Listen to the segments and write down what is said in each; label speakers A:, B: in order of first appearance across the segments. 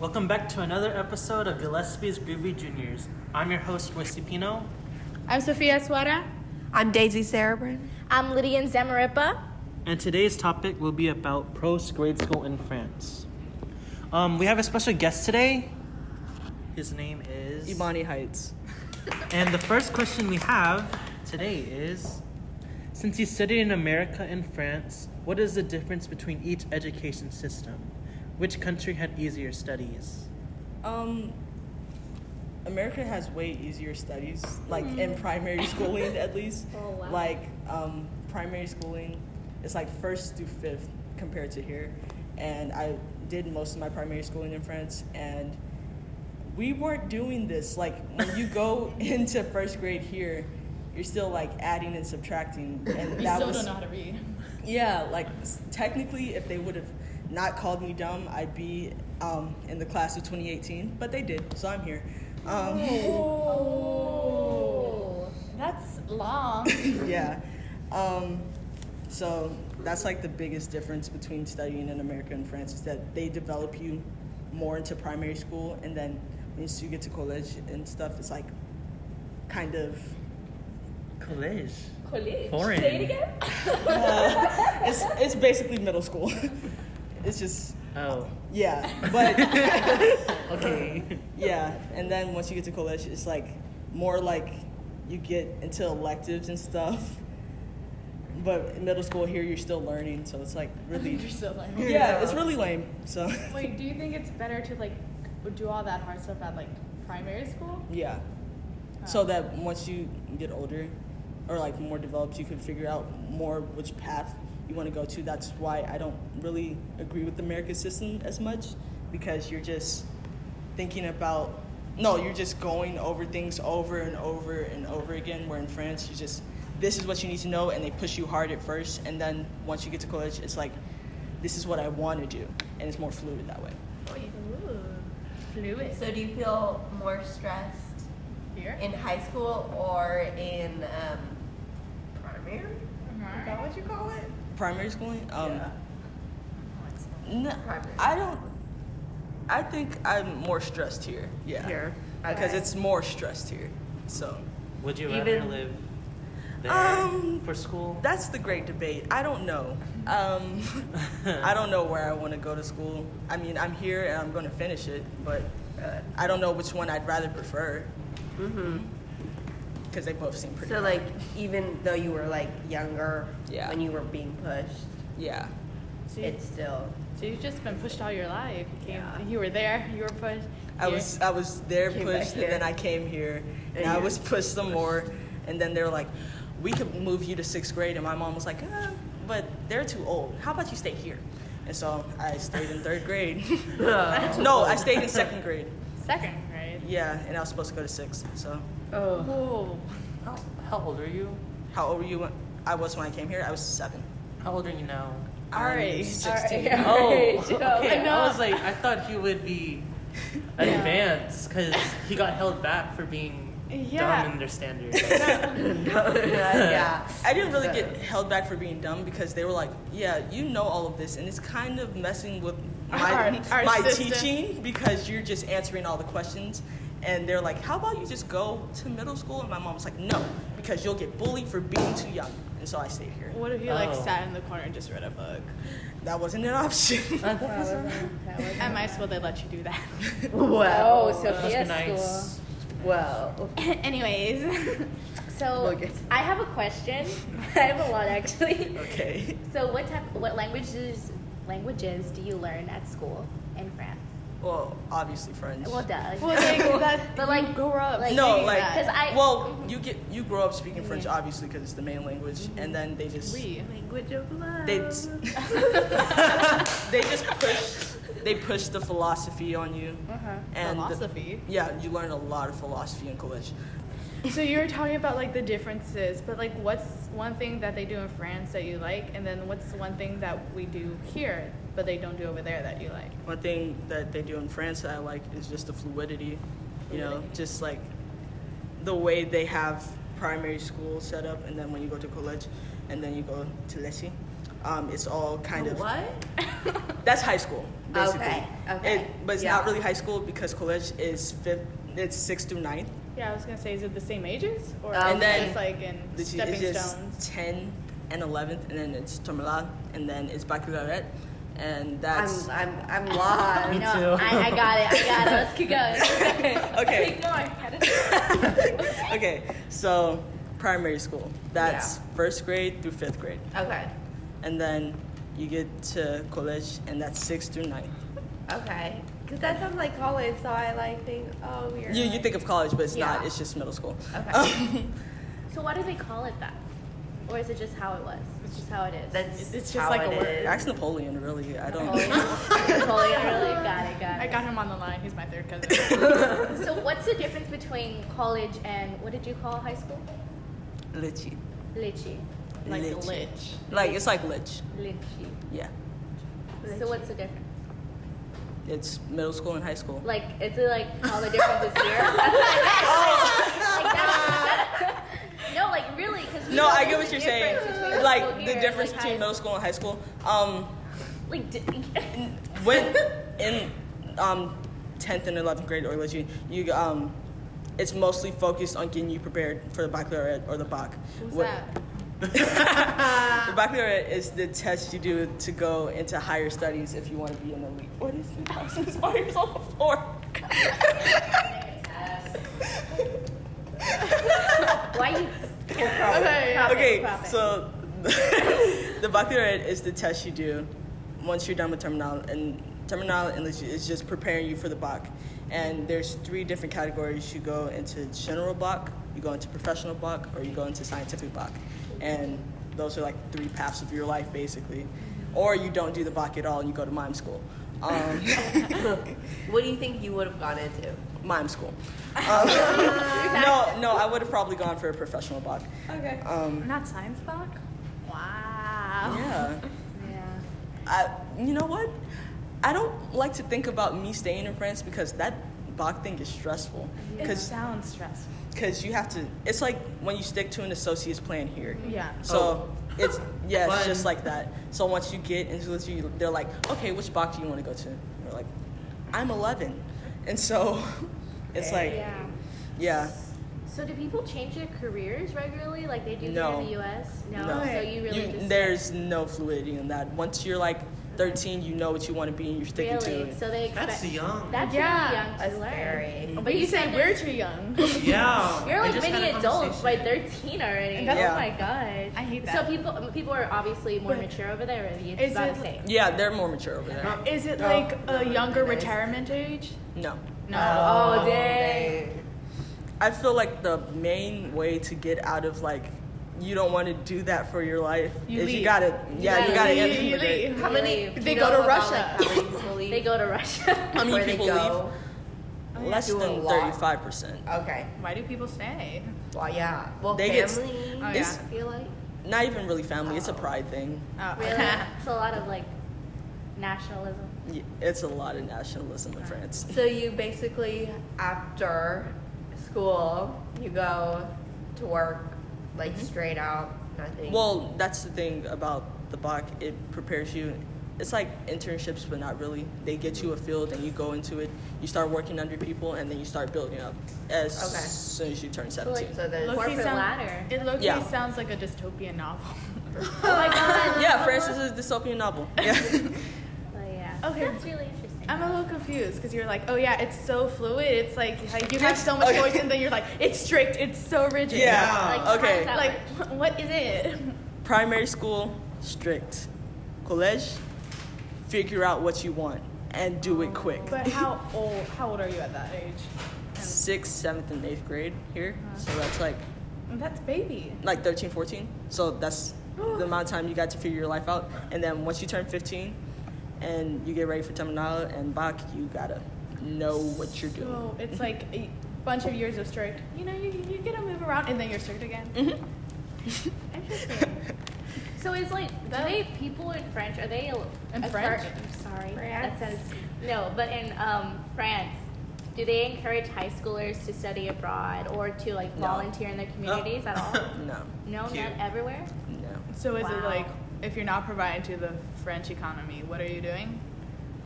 A: Welcome back to another episode of Gillespie's Groovy Juniors. I'm your host, Royce Pino.
B: I'm Sofia Suara.
C: I'm Daisy Cerebrin.
D: I'm Lydian Zamaripa.
A: And today's topic will be about post grade school in France. Um, we have a special guest today. His name is.
E: Imani Heights.
A: And the first question we have today is Since you studied in America and France, what is the difference between each education system? Which country had easier studies?
E: Um, America has way easier studies, like
B: Mm.
E: in primary schooling at least.
D: Oh, wow.
E: Like um, primary schooling, it's like first through fifth compared to here. And I did most of my primary schooling in France, and we weren't doing this. Like when you go into first grade here, you're still like adding and subtracting, and
B: We
E: that
B: still
E: was
B: don't know how to read.
E: Yeah, like s- technically, if they would have not called me dumb, I'd be um, in the class of 2018, but they did, so I'm here. Um,
B: Oh, that's long.
E: yeah. Um, so that's like the biggest difference between studying in America and France is that they develop you more into primary school, and then once you get to college and stuff, it's like kind of
A: College.
D: College.
A: Foreign.
D: Say it again.
E: uh, it's it's basically middle school. it's just
A: Oh,
E: yeah, but.
A: okay.
E: Yeah, and then once you get to college, it's like more like you get into electives and stuff. But in middle school here, you're still learning, so it's like really.
B: You're still like,
E: Yeah, it's really lame. So
B: Wait, do you think it's better to like do all that hard stuff at like primary school?
E: yeah, so that once you get older, or like more developed, you can figure out more which path you want to go to. That's why I don't really agree with the American system as much because you're just thinking about no you're just going over things over and over and over again where in france you just this is what you need to know and they push you hard at first and then once you get to college it's like this is what i want to do and it's more fluid that way
B: Fluid.
F: So do you feel more stressed
B: Here?
F: in high school or in um, primary? Is that what you call it?
E: primary schooling um
F: Yeah.
E: n-
F: Primary.
E: i don't i think i'm more stressed here yeah
C: Here.
E: because
F: Okay.
E: it's more stressed here so
A: Would you rather
F: Even-
A: live there
E: Um,
A: for school?
E: that's the great debate i don't know um I don't know where I want to go to school. I mean, I'm here and I'm going to finish it, but uh, I don't know which one I'd rather prefer
F: Mm-hmm.
E: because they both seem pretty.
F: So like even though you were like younger
E: Yeah.
F: when you were being pushed,
E: yeah,
B: So, you,
F: it's still
B: so you've just been pushed all your life. You came,
F: Yeah.
B: you were there. You were pushed.
E: I
B: here.
E: was I was there
F: Came back
E: pushed, and then
F: here.
E: I came here, and
F: And
E: I
F: you-
E: was pushed some more, and then they were like, "We could move you to sixth grade," and my mom was like, ah, "But they're too old. How about you stay here?" And so I stayed in third grade. no, I stayed in second grade.
B: second grade.
E: Yeah, and I was supposed to go to sixth. So
F: oh
B: Oh,
A: How, how old are you?
E: how old were you? When, I was when I came here. I was seven.
A: How old are you now?
B: All
E: I'm
B: right.
E: 16.
A: Oh,
B: Alright,
A: okay.
B: yeah, I know.
A: I was like, I thought he would be advanced because he got held back for being
B: Yeah.
A: dumb in their standards.
F: Uh, yeah.
E: I didn't really get held back for being dumb because they were like, "Yeah, you know all of this, and it's kind of messing with my
B: Our- our
E: my
B: system.
E: teaching because you're just answering all the questions." And they're like, "How about you just go to middle school?" And my mom was like, "No, because you'll get bullied for being too young." And so I stayed here.
B: what if you like
A: Oh.
B: sat in the corner and just read a book?
E: That wasn't an option.
B: At my school, they let you do that.
F: Well,
D: Oh, so-
A: Must be
D: Yes,
A: nice.
F: well.
D: Anyways, so
F: Look at-
D: I have a question. I have a lot actually.
E: okay.
D: So what type, what languages, languages do you learn at school in France?
E: Well, obviously French.
D: Well, duh.
B: Well, like, that,
D: But, like,
B: you grow up.
D: like-
E: no,
B: thinking
E: like,
B: that.
D: 'Cause I-
E: well, you get you grow up speaking French obviously because it's the main language, and then they just
B: we.
F: Language of love.
E: they they just push they push the philosophy on you and the-
B: philosophy.
E: yeah you learn a lot of philosophy in college
B: So you were talking about like the differences, but like what's one thing that they do in France that you like, and then what's one thing that we do here but they don't do over there that you like?
E: one thing that they do in france that i like is just the fluidity you know just like the way they have primary school set up and then when you go to college and then you go to lycée um, it's all kind of
F: what?
E: that's high school basically
F: Okay.
D: Okay.
E: It, but it's
D: Yeah.
E: not really high school because college is fifth, it's sixth through ninth.
B: Yeah, I was gonna say, is it the same ages or
D: And
B: is it
E: then-
B: just like in
E: It's ju-
B: stepping
E: it's just
B: stones?
E: 10 and 11th, and then it's Tomelad, and then it's Baccalaureate, and
F: I'm,
E: that's.
F: I'm, I'm lost.
A: Me
D: no,
A: too.
D: I, I got it. I got it. Let's keep going.
E: okay,
B: Keep going.
E: okay, so primary school. That's first grade through fifth grade.
F: Okay.
E: And then you get to college, and that's sixth through ninth.
F: Okay. Because that sounds like college, so I like think, oh, we're.
E: You, you
F: like-
E: think of college, but it's not,
F: Yeah.
E: it's just middle school.
F: Okay.
D: So why do they call it that? Or is it just how it was? It's just how it is.
F: That's
B: It's just
F: how
B: like a
F: it
B: word.
F: is.
E: Ask Napoleon, really. I don't.
F: Oh.
D: Napoleon. Napoleon, really? Got it, got
B: I
D: it.
B: got him on the line. He's my third cousin.
D: So what's the difference between college and what did you call high school?
E: Litchi.
D: Lychee.
B: like a
E: Litchi.
B: lich.
E: Like, it's like lich.
D: Lychee.
E: Yeah.
D: So what's the difference?
E: It's middle school and high school.
D: Like, is it like all the differences here? That's what I meant.
B: Oh.
D: Like, that's- no, like really, because
E: No, I get what you're saying. Like the difference between middle school and high school. Um,
D: Like, di-
E: when in um, 10th and 11th grade or legit, you um, it's mostly focused on getting you prepared for the baccalaureate or the bac.
B: Who's
E: What-
B: that?
E: The baccalaureate is the test you do to go into higher studies if you want to be in the elite. What is the person's lawyers on the floor?
D: why you?
B: Okay. yeah.
E: Okay,
D: Profit.
E: so the baccalaureate is the test you do once you're done with terminal, and terminal and lit is just preparing you for the bac. And there's three different categories. You go into general bac, you go into professional bac, or you go into scientific bac. And those are like three paths of your life, basically. Or you don't do the bac at all, and you go to mime school. Um,
F: What do you think you would have gone into?
E: mime school. Um, no, no, I would have probably gone for a professional bac.
F: Okay.
E: Um,
B: Not science block. Wow.
E: yeah.
D: Oh. Yeah.
E: I, you know what? I don't like to think about me staying in France because that Bach thing is stressful.
B: It
E: Because
B: sounds stressful.
E: you have to, it's like when you stick to an associate's plan here.
B: Yeah.
E: So it's, yeah, it's
A: Fun.
E: just like that. So once you get into this, you, they're like, okay, which Bach do you want to go to? And you're like, I'm 11. And so it's like,
D: Yeah.
E: yeah.
D: So do people change their careers regularly, like they do here
E: No.
D: in the U.S.? No.
E: No.
D: So you really just
E: there's no fluidity in that. Once you're like 13, you know what you want to be and you're sticking to
D: really.
E: it.
D: So they expect.
A: That's young.
D: That's
B: Yeah,
D: really young to
F: That's
D: learn.
F: very.
B: But you said we're too young.
A: yeah.
D: You're
A: I
D: like
A: just had
D: mini
A: a
D: adults by
A: conversation.
D: 13 already.
B: That's-
E: Yeah.
D: Oh my god.
B: I hate
D: So
B: that.
D: people people are obviously more
B: But
D: mature over there. Really, it's
B: is
D: about
B: it-
D: the same.
E: Yeah, they're more mature over there.
B: Is it
F: No,
B: like
F: no,
B: a
F: it'd be
B: younger
F: nice.
B: retirement age?
E: No.
B: No.
D: Oh, dang.
E: I feel like the main way to get out of like you don't want to do that for your life
B: You
E: is you
B: leave.
E: gotta yeah you
D: gotta
E: gotta
D: leave.
E: answer
B: You
E: for it.
B: leave.
F: How many?
D: They
F: do you
B: go
F: know
B: to
F: about,
B: Russia.
F: Like, how many people leave?
D: They go to Russia.
E: How many
F: Where they
E: people
F: go?
E: leave? Less
F: Do a
E: than
F: lot.
E: thirty five percent.
F: Okay.
B: Why do people stay?
F: Well, yeah. Well,
E: They get-
F: family.
B: Oh,
D: I
B: yeah.
D: feel like
E: Not even really family. It's a pride thing.
B: Oh.
D: really, it's a lot of like nationalism.
E: Y- It's a lot of nationalism in France.
F: So you basically, after school, you go to work, like straight out, nothing.
E: Well, that's the thing about the Bach. It prepares you. It's like internships, but not really. They get you a field and you go into it. You start working under people, and then you start building up as
F: Okay.
E: soon as you turn
D: like,
E: seventeen.
F: so then.
D: Look-
B: Low-key
D: Corporate ladder.
B: It low
E: Yeah.
B: sounds like a dystopian novel.
D: Oh my god.
E: yeah, France is a dystopian novel. Yeah.
D: But yeah.
B: Okay.
D: That's really interesting.
B: I'm a little confused because you're like, oh yeah, it's so fluid. It's like like, you have so much
E: Okay.
B: choice, and then you're like, it's strict. It's so rigid.
A: Yeah.
D: Like,
E: okay.
D: how does that
B: Like,
D: work?
B: what is it?
E: Primary school, strict. College, figure out what you want and do it quick.
B: But how old? How old are you at that age?
E: Sixth, seventh, and eighth grade here. So that's like
B: That's baby.
E: like 13, 14. So that's the amount of time you got to figure your life out. And then once you turn 15 and you get ready for terminal and Bach, you gotta know what you're doing.
B: So it's like a bunch of years of strict. You know, you you get to move around, and then you're strict again.
D: Interesting. So it's like, do they people in French? Are they al-
B: In
D: occur-
B: French?
D: I'm sorry,
F: France?
D: that sounds no. But in um, France, do they encourage high schoolers to study abroad or to like
E: No.
D: volunteer in their communities at all?
E: No,
D: No,
A: Cute.
D: not everywhere.
E: no.
B: So is it
D: Wow.
B: like if you're not providing to the French economy, what are you doing?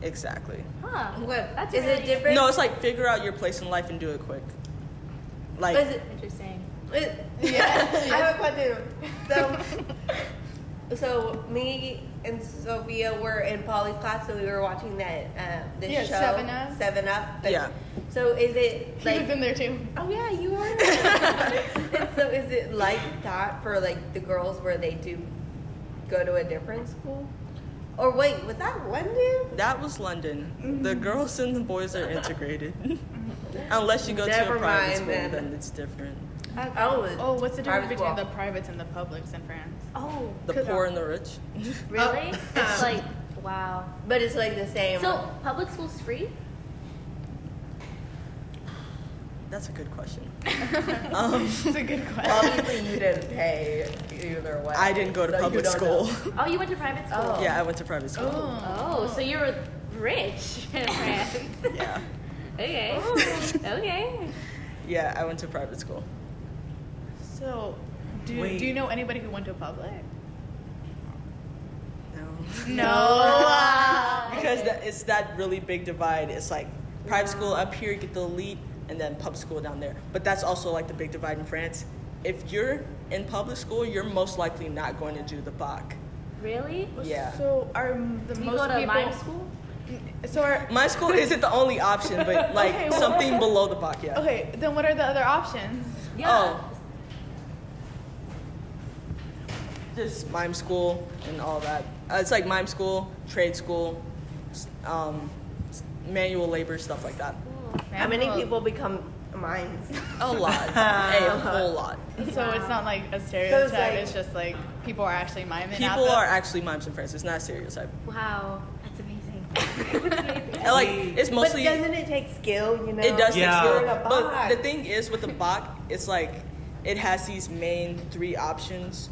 E: Exactly.
D: Huh.
F: What-
D: That's
F: is
D: really
F: it different?
E: No, it's like figure out your place in life and do it quick. Like
F: Is it,
D: Interesting.
F: it, yeah, I have a question. So, so me and Sophia were in Polly's class, so we were watching that um, this
B: Yeah,
F: show
B: Seven Up.
F: Seven Up. but-
E: Yeah.
F: So is it
B: He
F: like?
B: was in there too.
F: oh yeah, you are. and so is it like that for like the girls where they do go to a different school? Or wait, was that London?
E: that was London. The
F: Mm-hmm.
E: girls and the boys are integrated. Unless you go to
F: Never
E: a private
F: mind
E: school,
F: then.
E: then. it's different.
F: Oh,
B: Oh, what's the difference
F: private
B: between the
F: school.
B: privates and the publics in France?
D: Oh,
E: The poor and the rich.
D: really? It's like, wow.
F: But it's like the same.
D: So, public school's free?
E: That's a good question. um,
B: It's a good question.
F: obviously you didn't pay either way.
E: I didn't go to
F: so you
E: public
F: don't know.
E: school.
D: Oh, you went to private school?
F: Oh.
E: yeah, I went to private school.
D: Oh, so you were rich in France.
E: Yeah.
D: okay. Okay.
E: Yeah, I went to private school.
B: So, do,
A: Wait.
B: do you know anybody who went to a public?
E: No.
B: No.
E: Because that, it's that really big divide. It's like private school up here, get the elite, and then public school down there. But that's also like the big divide in France. If you're in public school, you're most likely not going to do the BAC.
D: Really?
E: Yeah.
B: So are m- the
D: Do you
B: most
D: go to
B: people?
D: mime school?
B: So are
E: My school isn't the only option, but like
B: Okay, well-
E: something below the BAC, yeah.
B: okay. Then what are the other options?
E: Oh. Just mime school and all that. Uh, it's like mime school, trade school, s- um, s- manual labor, stuff like that.
F: How many people become mines?
E: A lot. a whole lot.
B: So it's not like a stereotype. it's,
F: like-
B: just like people are actually miming. at
E: People
B: the-
E: are actually mimes in France. It's not a stereotype.
D: Wow. That's amazing. That's amazing.
E: And, like it's mostly
F: but doesn't it take skill? You know,
E: it does
A: Yeah.
E: take
F: You're in
E: skill.
F: a
E: But the
F: box.
E: thing is with the Bach, it's like it has these main three options,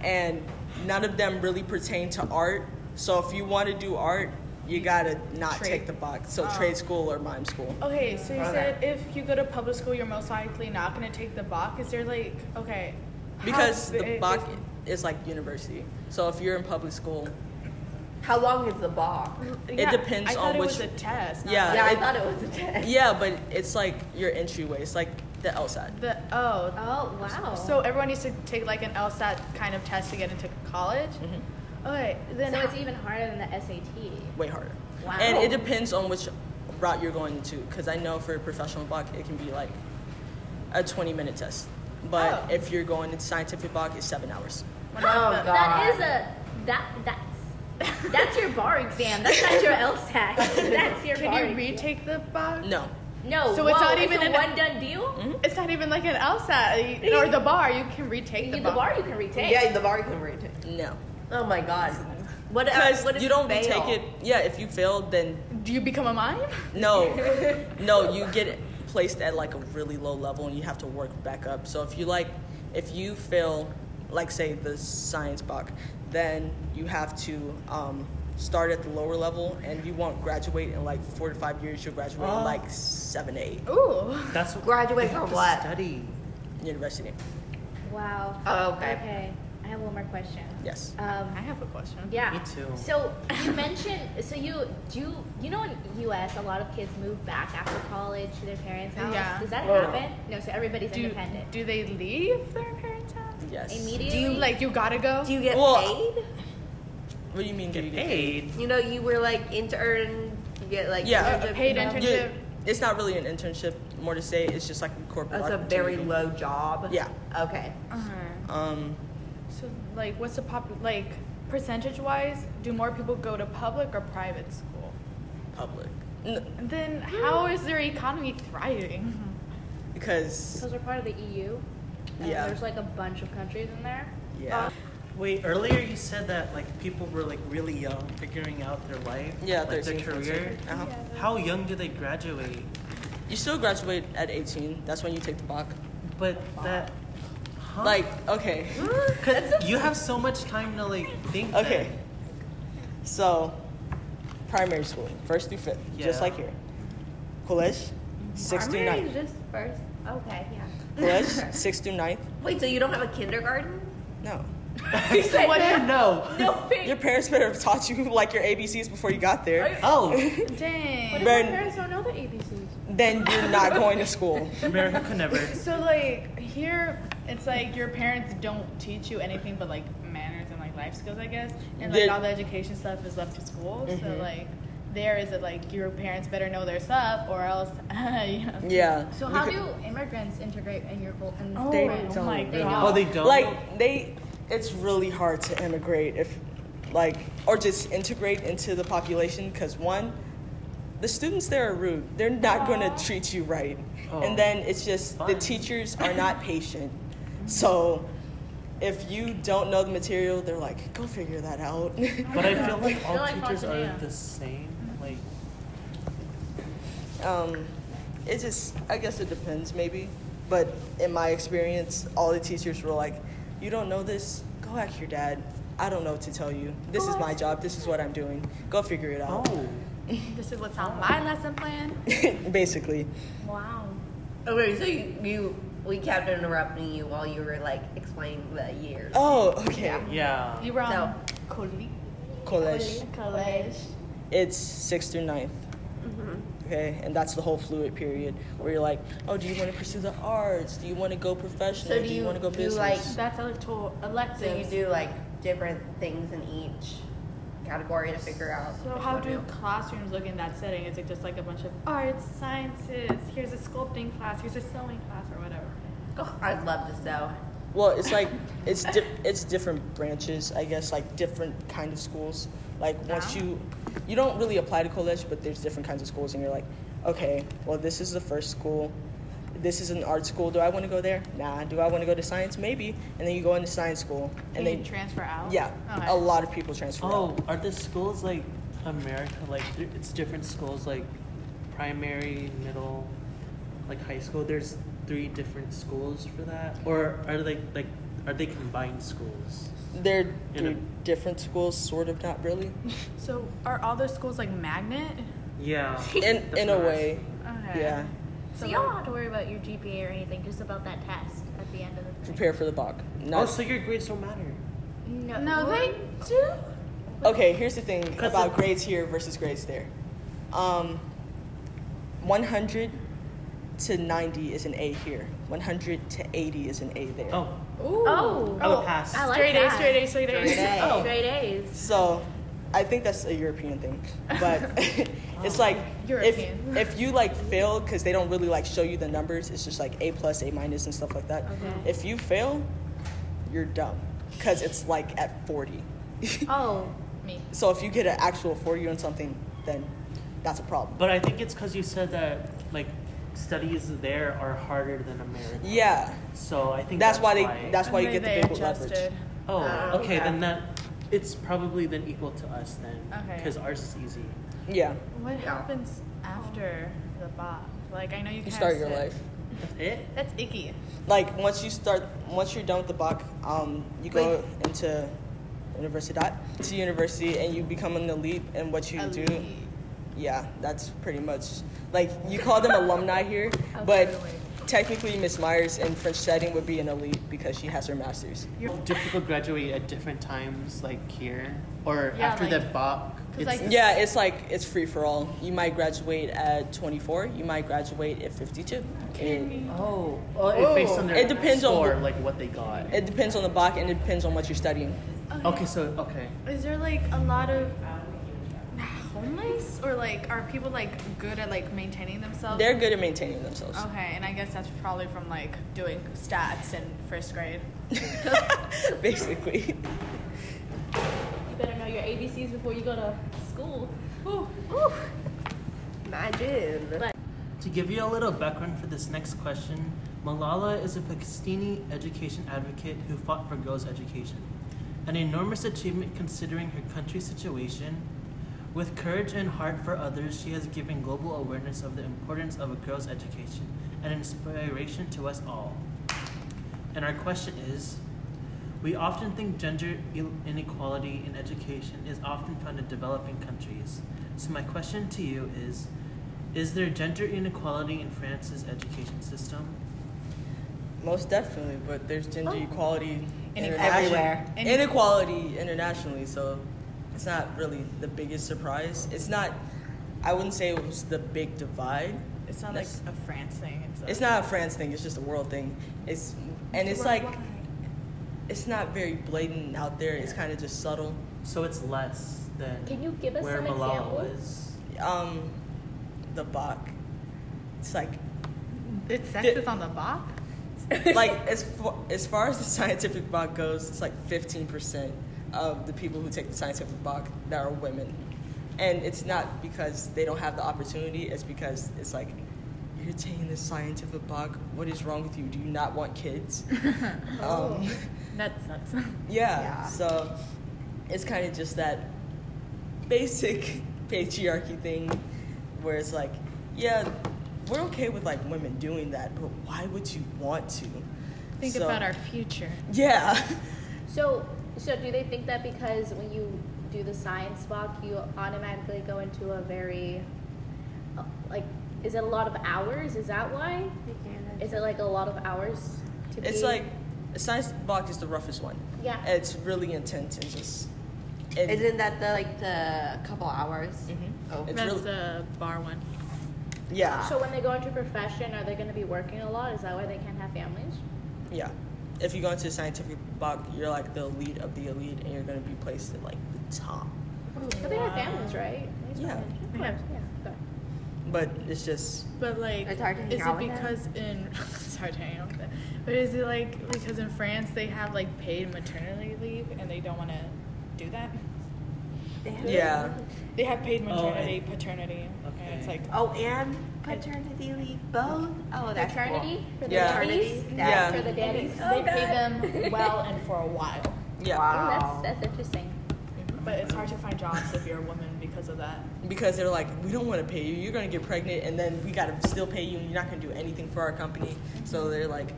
E: and none of them really pertain to art. So if you want to do art, you gotta not
B: Trade. Oh.
E: take the Bach. So trade school or mime school.
B: Okay, so you said if you go to public school, you're most likely not going to take the Bach. Is there like okay? how
E: Because the
B: big
E: Bach
B: is-
E: is like university. So if you're in public school,
F: How long is the box?
E: it
B: Yeah,
E: depends
B: I thought
E: on
B: it
E: which-
B: was a test. not
E: yeah,
F: Yeah, I
E: Uh, it-
F: thought it was a test.
E: yeah, but it's like your entryway. It's like the outside.
B: The oh.
D: Oh, wow.
B: So everyone needs to take like an LSAT kind of test to get into college. Okay, then
D: so
B: how-
D: it's even harder than the SAT.
E: way harder.
D: Wow.
E: And it depends on which route you're going into, because I know for professional block it can be like a 20 minute test, but
B: Oh.
E: if you're going into scientific block, it's seven hours.
B: when
F: Oh,
B: the-
F: God.
D: That is a that that's that's your bar exam. That's not your LSAT. That's your bar.
B: Can you
D: exam.
B: retake the Bach?
E: No,
D: No.
B: So it's
D: whoa,
B: not even
D: a
B: an-
D: one done deal.
F: Hmm?
B: It's not even like an LSAT you- or the bar. You can retake
D: You,
B: the,
D: the bar you can retake.
F: Yeah, the bar can read it.
E: no,
F: Oh my god. What if,
E: because
F: Uh, what if
E: you don't
F: fail?
E: retake it. Yeah, if you fail, then
B: Do you become a mime?
E: no, no, you get placed at like a really low level, and you have to work back up. So if you like, if you fail, like say the science block, then you have to. Um, Start at the lower level, and you won't graduate in like four to five years. You'll graduate
A: Oh.
E: in like seven, eight.
B: Ooh.
A: That's what they
F: Graduate
A: have
F: from
A: to
F: what?
A: Study.
E: University.
D: Wow.
F: Oh, okay.
D: Okay. I have one more question.
E: Yes.
F: Uh,
D: Um,
B: I have a question.
D: yeah.
A: Me too.
D: So you mentioned so you do you know in U.S. a lot of kids move back after college to their parents' house.
B: Yeah.
D: Does that
E: Oh.
F: Well-
D: happen? No. So everybody's
B: Do,
D: independent.
B: do they leave their parents' house?
E: Yes.
D: Immediately.
B: Do you like you gotta go?
F: Do you get
E: Well-
F: paid?
E: What do you mean? do
A: Get
E: you
A: paid.
F: You know, you were like intern. You get like
E: Yeah.
B: A paid
F: job.
B: internship.
E: You- it's not really an internship. More to say, it's just like a corporate.
F: That's a very
E: opportunity.
F: low job.
E: Yeah.
F: Okay.
B: Uh-huh.
E: Um,
B: So like, what's the pop like percentage wise? Do more people go to public or private school?
E: public. N-
B: And then how is their economy thriving?
E: because
D: Those are part of the EU. And
E: Yeah.
D: There's like a bunch of countries in there.
E: yeah,
A: Wait, earlier you said that like people were like really young, figuring out their life,
E: yeah,
A: like their
E: thirteen.
A: career.
E: 14. Uh-huh.
A: How young do they graduate?
E: You still graduate at eighteen. That's when you take the block.
A: But that, huh?
E: Like, okay,
A: 'Cause you have so much time to like think.
E: okay. So, primary school, first through fifth, just
A: Yeah.
E: like here. College, six through
F: Primary is
E: ninth.
F: just first. Okay, yeah.
E: College, six through ninth.
F: Wait, so you don't have a kindergarten?
E: No.
A: he said
B: What-
A: no.
D: No
E: Your
D: pink.
E: parents better have taught you like your ABCs before you got there.
A: Oh,
B: Dang.
E: if my Burn.
D: parents don't know the ABCs?
E: Then you're not going to school.
A: America could never.
B: So like here, it's like your parents don't teach you anything but like manners and like life skills, I guess, and like
E: They-
B: all the education stuff is left to school. So
E: Mm-hmm.
B: like there is it like your parents better know their stuff or else. yeah.
E: Yeah.
D: So how do immigrants integrate in your culture?
B: Oh,
E: They
B: oh my
E: don't.
B: god.
A: Oh, they don't.
E: Like they, it's really hard to immigrate if, like, or just integrate into the population because one, the students there are rude. They're not going to treat you right,
A: Oh.
E: and then it's just the
A: Fine.
E: teachers are not patient. So, if you don't know the material, they're like, go figure that out.
A: but I feel like all
D: They're like
A: teachers are
D: Fontanelle.
A: the same. Like,
E: um, it just, I guess it depends maybe, but in my experience, all the teachers were like, you don't know this, go ask your dad. I don't know what to tell you. This is my job. This is what I'm doing. Go figure it out.
A: oh,
D: This is what's on my lesson plan.
E: Basically.
D: Wow.
F: Oh, wait, so you, you we kept interrupting you while you were like explaining the years.
E: Oh, okay.
A: yeah.
B: You were um, on
F: So-
B: college.
E: College.
B: College.
E: It's sixth through ninth.
F: Mm-hmm.
E: Okay, and that's the whole fluid period where you're like, oh, do you want to pursue the arts? Do you want to go professional?
F: So do
E: do you,
F: you
E: want to go
F: do,
E: business?
F: like,
B: That's electoral elective.
F: So you do like different things in each category to figure out.
B: So
F: which
B: how
F: one
B: do
F: you-
B: classrooms look in that setting? Is it just like a bunch of arts, sciences? Here's a sculpting class. Here's a sewing class, or whatever.
F: Oh, I'd love to sew.
E: Well, it's like it's di- it's different branches, I guess, like different kind of schools. Like once you you don't really apply to college, but there's different kinds of schools, and you're like, okay, well, this is the first school. This is an art school. Do I want to go there? Nah. Do I want to go to science? Maybe. And then you go into science school,
B: Can
E: and
B: you
E: then
B: transfer out? Oh,
E: yeah,
B: Okay.
E: a lot of people transfer.
A: Oh,
E: out.
A: are the schools like America? Like, th- it's different schools, like primary, middle, like high school. There's three different schools for that, or are they like are they combined schools?
E: They're,
A: You
E: they're
A: know.
E: different schools, sort of, not really.
B: So are all those schools like magnet?
A: Yeah.
E: In
A: That's
E: in
A: what
E: a
A: I was
E: way,
A: thinking.
B: Okay.
E: yeah.
D: So y'all don't have to worry about your GPA or anything, just about that test at the end of the
E: Prepare for the balk.
A: Oh,
E: Not
A: so your grades don't matter.
D: No,
B: No, they
D: what?
B: do.
E: Okay, here's the thing
A: 'Cause
E: about
A: it-
E: grades here versus grades there. Um, 100 to 90 is an A here. 100 to 80 is an A there.
A: Oh,
B: Ooh.
D: Oh.
A: I would pass.
D: I like
B: Straight A's,
D: that.
B: straight A's, straight A's.
F: Straight
A: Oh.
D: Straight A's.
E: So, I think that's a European thing. But it's like
B: European.
E: if if you like fail because they don't really like show you the numbers, it's just like A plus, A minus, and stuff like that.
D: Okay.
E: If you fail, you're dumb because it's like at 40.
D: Oh.
B: Me.
E: so if you get an actual 40 on something, then that's a problem.
A: But I think it's because you said that like studies there are harder than America.
E: Yeah.
A: So I think
E: That's,
A: that's
E: why they. That's why you
B: They-
E: get the
B: they
E: big leverage.
B: adjusted.
A: Oh,
F: Oh,
A: okay,
F: okay.
A: Then that it's probably then equal to us then,
B: Okay.
A: because ours is easy.
E: Yeah,
B: What
F: Yeah.
B: happens after the bop? Like I know you.
E: you
B: kinda
E: start your
B: said-
E: life.
A: That's it.
B: That's icky.
E: Like once you start, once you're done with the buck, um, you go into universidad to university, and you become an elite in what you do.
B: Elite.
E: Yeah, that's pretty much like you call them alumni here, but technically Miss Myers in French setting would be an elite because she has her master's.
A: Do people graduate at different times, like here or
B: Yeah,
A: after
B: like-
A: the BOC?
B: 'cause,
A: It's
B: like,
E: Yeah, it's like it's free for all. You might graduate at 24. You might graduate at 52. It-
A: oh, well, it, based on their
E: It depends on
A: score,
E: wh-
A: like what they got.
E: It depends on the block and it depends on what you're studying.
A: okay, so okay,
B: Is there like a lot of homeless, or like are people like good at like maintaining themselves?
E: They're good at maintaining themselves.
B: Okay, and I guess that's probably from like doing stats in first grade.
E: Basically.
D: You better know your ABCs before you go to school.
F: Imagine.
A: to give you a little background for this next question, Malala is a Pakistani education advocate who fought for girls' education, an enormous achievement considering her country's situation. With courage and heart for others, she has given global awareness of the importance of a girl's education and inspiration to us all. And our question is We often think gender il- inequality in education is often found in developing countries. So, my question to you is Is there gender inequality in France's education system?
E: Most definitely, but there's gender equality
B: Inequality.
F: Everywhere.
B: Any-
E: inequality internationally, so it's not really the biggest surprise. It's not. I wouldn't say it was the big divide.
G: It's not like
E: That's-
G: a France thing. It's, a,
E: It's not a France thing. It's just a world thing. It's and it's like it's not very blatant out there. It's kind of just subtle.
A: So it's less than.
D: Can you give us
A: where
D: some
A: Malala
D: examples?
A: is?
E: Um, the Bach. It's like
B: It's
E: Di-
B: sexist on the bop.
E: like as far, as far as the scientific Bach goes, it's like fifteen percent of the people who take the scientific Bach that are women, and it's not because they don't have the opportunity. It's because it's like. You're taking this scientific Bach. What is wrong with you? Do you not want kids? um,
B: That's nuts.
E: Yeah.
F: Yeah.
E: So it's kind of just that basic patriarchy thing where it's like, yeah, we're okay with like women doing that, but why would you want to?
B: Think
E: So-
B: about our future.
E: Yeah.
D: So, so do they think that because when you do the science walk, you automatically go into a very, uh, like, is it a lot of hours? Is that why? Is it like a lot of hours? To
E: It's
D: be-
E: like science block is the roughest one.
D: Yeah.
E: It's really intense and just and Mm-hmm.
F: Isn't that the like the couple hours? Oh.
E: It's
B: That's
E: really-
B: the bar one.
E: yeah.
D: So when they go into profession, are they going to be working a lot? Is that why they can't have families?
E: Yeah. If you go into a scientific block, you're like the elite of the elite and you're gonna be placed at like the top.
D: But they have families, right? They have
E: Yeah.
D: families.
B: Yeah.
D: Yeah. Go ahead.
E: But it's just
B: But like,
F: It's hard to hang
B: is
F: out
B: it
F: with them.
B: because in it's hard to hang out with them. But is it like because in France they have like paid maternity leave and they don't want to do that?
E: yeah.
G: they have paid
A: Oh,
G: maternity, paternity,
A: okay.
G: and it's like
F: Oh, and paternity leave both. Oh, that's cool.
D: Paternity for the
E: Yeah.
D: daddies.
F: Paternity?
E: Yeah.
D: For the daddies.
G: they pay them well and for a while.
E: Yeah.
D: Oh, that's that's interesting.
G: But it's hard to find jobs if you're a woman because of that.
E: because they're like, we don't want to pay you. You're going to get pregnant, and then we got to still pay you, and you're not going to do anything for our company. So they're like,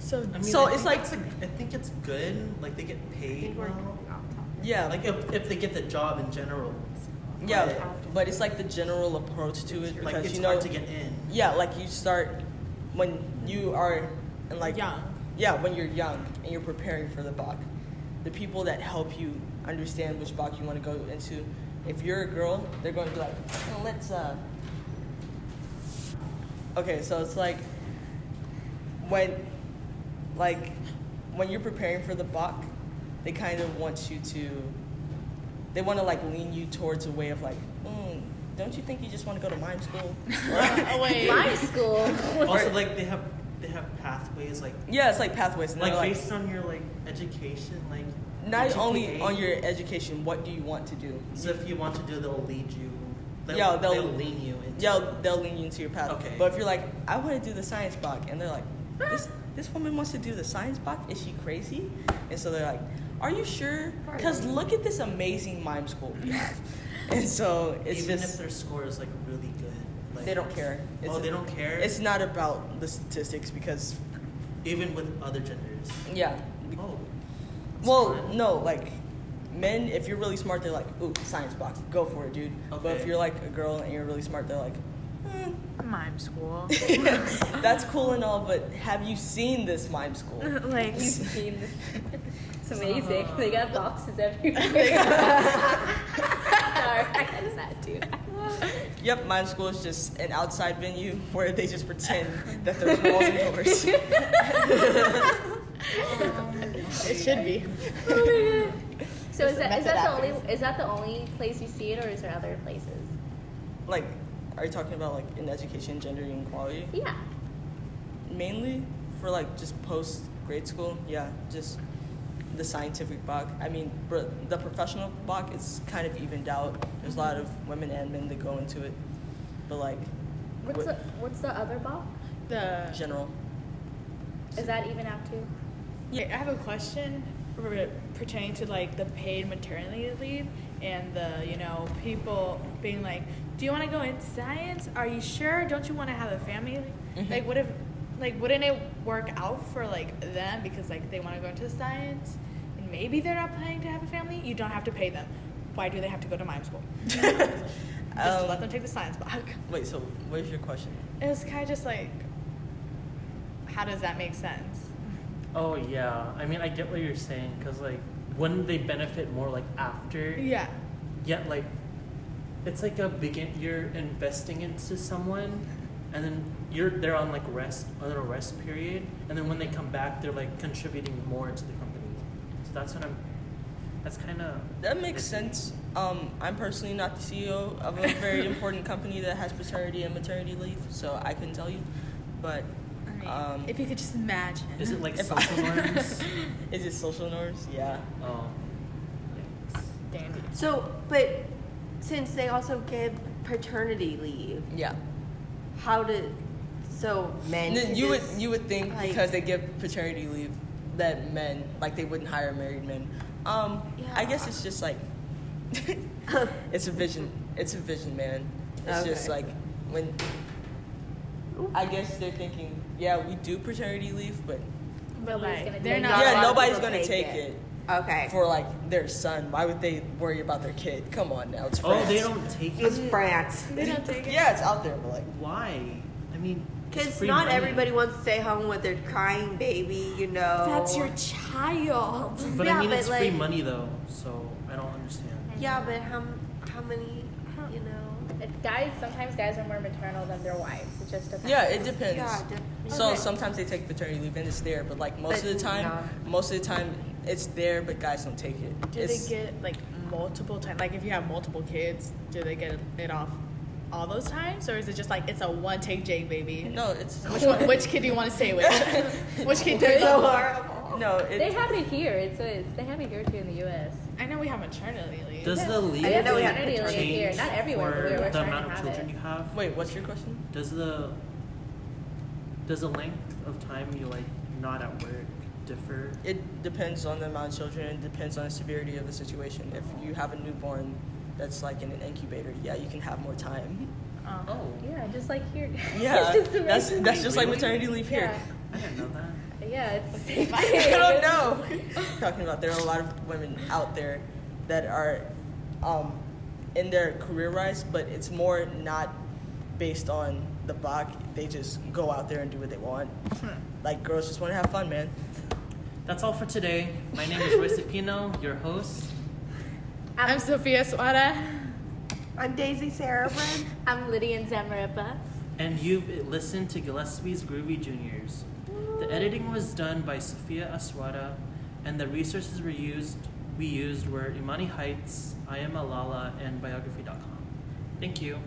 B: So
A: I mean,
E: So
A: I
E: it's
A: think
E: like-
A: it's a- I think it's good. Like they get paid. well.
E: yeah, like
A: Like if, if they get the job in general,
E: yeah, but it's like the general approach to it
A: like
E: because
A: it's
E: you know,
A: hard to get in.
E: yeah, like you start when you are and like
G: Young.
E: yeah, when you're young and you're preparing for the Bach. The people that help you understand which Bach you want to go into. If you're a girl, they're going to be like, "Oh, let's uh. Okay, so it's like when like when you're preparing for the Bach, they kind of want you to they want to like lean you towards a way of like, mm, don't you think you just want to go to mime school?
B: oh, wait.
D: My school.
A: Also, like they have they have pathways like
E: yeah, it's like pathways. And they're
A: like,
E: like
A: based on your like education, like
E: not
A: your
E: only
A: GPA.
E: on your education, what do you want to do?
A: So if you want to do, they'll lead you. They'll,
E: Yeah,
A: they'll,
E: they'll-
A: lean you into.
E: Yeah, they'll lean you into your path.
A: Okay.
E: But if you're like, I want to do the science block, and they're like, this this woman wants to do the science block. Is she crazy? And so they're like, Are you sure? Because look at this amazing mime school we have. and so it's
A: even
E: just,
A: if their score is like really good, like
E: they don't care. It's
A: oh, they don't care.
E: It's not about the statistics because
A: even with other genders.
E: yeah.
A: Oh,
E: Well, no, like men, if you're really smart, they're like, ooh, science block, go for it, dude. But if
A: Okay.
E: you're like a girl and you're really smart, they're like, "Mm,
B: mime school.
E: that's cool and all, but have you seen this mime school?
B: like
D: It's amazing. They got boxes everywhere. Sorry, I got that too.
E: Yep, mime school is just an outside venue where they just pretend that there's walls and doors.
B: it should be.
D: Oh So is
G: Just
D: that is that the
G: method
D: only is that the only place you see it, or is there other places?
E: like, are you talking about like in education, gender inequality?
D: Yeah.
E: mainly for like just post grade school. Yeah, just the scientific block. I mean, br- the professional block is kind of evened out. There's a lot of women and men that go into it, but like
D: What's
E: with
D: the what's the other ball?
B: The
E: general,
D: Is that even out too?
G: Yeah, I have a question re- pertaining to like the paid maternity leave and the you know people being like, "Do you want to go into science? Are you sure? Don't you want to have a family?" Like, what if, like, wouldn't it work out for like them because like they want to go into science and maybe they're not planning to have a family? You don't have to pay them. Why do they have to go to mime school? Just
E: Um,
G: let them take the science block.
E: Wait, so what is your question?
G: It was kind of just like, how does that make sense?
A: Oh yeah, I mean I get what you're saying because like wouldn't they benefit more like after?
G: Yeah.
A: Yet like, it's like a begin. You're investing into someone, and then you're they're on like rest on a rest period, and then when they come back, they're like contributing more to the company. So that's what I'm. That's kind of
E: That makes sense. Um, I'm personally not the CEO of a very important company that has paternity and maternity leave, so I couldn't tell you. But um,
G: if you could just imagine.
A: Is it like
E: If I-
A: social norms?
E: is it social norms? Yeah.
A: Oh,
G: Dandy.
F: So, but since they also give paternity leave,
E: Yeah.
F: how did so men?
E: And then
F: could
E: you would
F: just-
E: you would think
F: like-
E: because they give paternity leave that men like they wouldn't hire married men. Um, I guess it's just like it's a vision. It's a vision, man. It's just
F: Okay.
E: like when I guess they're thinking, yeah, we do paternity leave, but
D: Nobody's gonna
G: they're
D: take
G: not-
D: it.
E: yeah,
F: a lot of
E: nobody's
F: people
E: gonna take it.
F: Okay,
E: for like their son. Why would they worry about their kid? Come on now, it's
A: oh,
E: France.
A: they don't take
F: it's
A: it.
F: France
G: They don't take it.
E: Yeah, it's out there, but like
A: Why? I mean, it's
F: because
A: free
F: not
A: money.
F: everybody wants to stay home with their crying baby. You know,
D: That's your child.
A: But
F: Yeah,
A: I mean,
F: but,
A: it's free
F: like-
A: money though, so I don't understand.
F: yeah. But how how many? You know,
D: It- Guys, sometimes guys are more maternal than their wives. It just depends.
E: yeah, it depends.
F: yeah. def-
E: So
F: okay.
E: sometimes they take paternity leave and it's there, but like most
F: But
E: of the time,
F: no.
E: most of the time it's there, but guys don't take it.
G: Do
E: It's-
G: they get like multiple times? Like if you have multiple kids, do they get it off all those times, or is it just like it's a one take Jake baby?
E: no, it's
G: Which one, which kid do you want to stay with? which kid do you
F: so horrible.
E: no,
D: They
E: it,
D: have it here. It's, it's they have it here too in the U.S.
G: I know we have maternity leave.
A: Does the leave
D: I didn't
F: know we had
D: paternity leave
A: change
D: here. Not everywhere, but
A: for
D: we
A: the
D: were trying to
A: amount of
D: have
A: children
D: it.
A: you have?
E: wait, what's your question?
A: Does the does the length of time you like not at work differ?
E: It depends on the amount of children. It depends on the severity of the situation. If you have a newborn that's like in an incubator, yeah, you can have more time.
G: Um,
A: Oh,
D: Yeah, just like here. guys.
E: Yeah,
D: Just to
E: that's
D: make-
E: that's just like maternity leave here.
D: Yeah.
A: I didn't know that.
D: Yeah, it's the same
E: I don't
D: thing.
E: know. Talking about there are a lot of women out there that are um, in their career rise, but it's more not based on the buck. They just go out there and do what they want. Like girls just want to have fun, man.
A: That's all for today. My name is Roy Sapino, your host.
G: I'm Sophia Suara.
F: I'm Daisy Sarabrin.
D: I'm Lydian Zamarapa.
A: and you've listened to Gillespie's Groovy Juniors. The editing was done by Sophia Aswada, and the resources we used we used were Imani Heights, I Am Alala, and Biography.com. Thank you.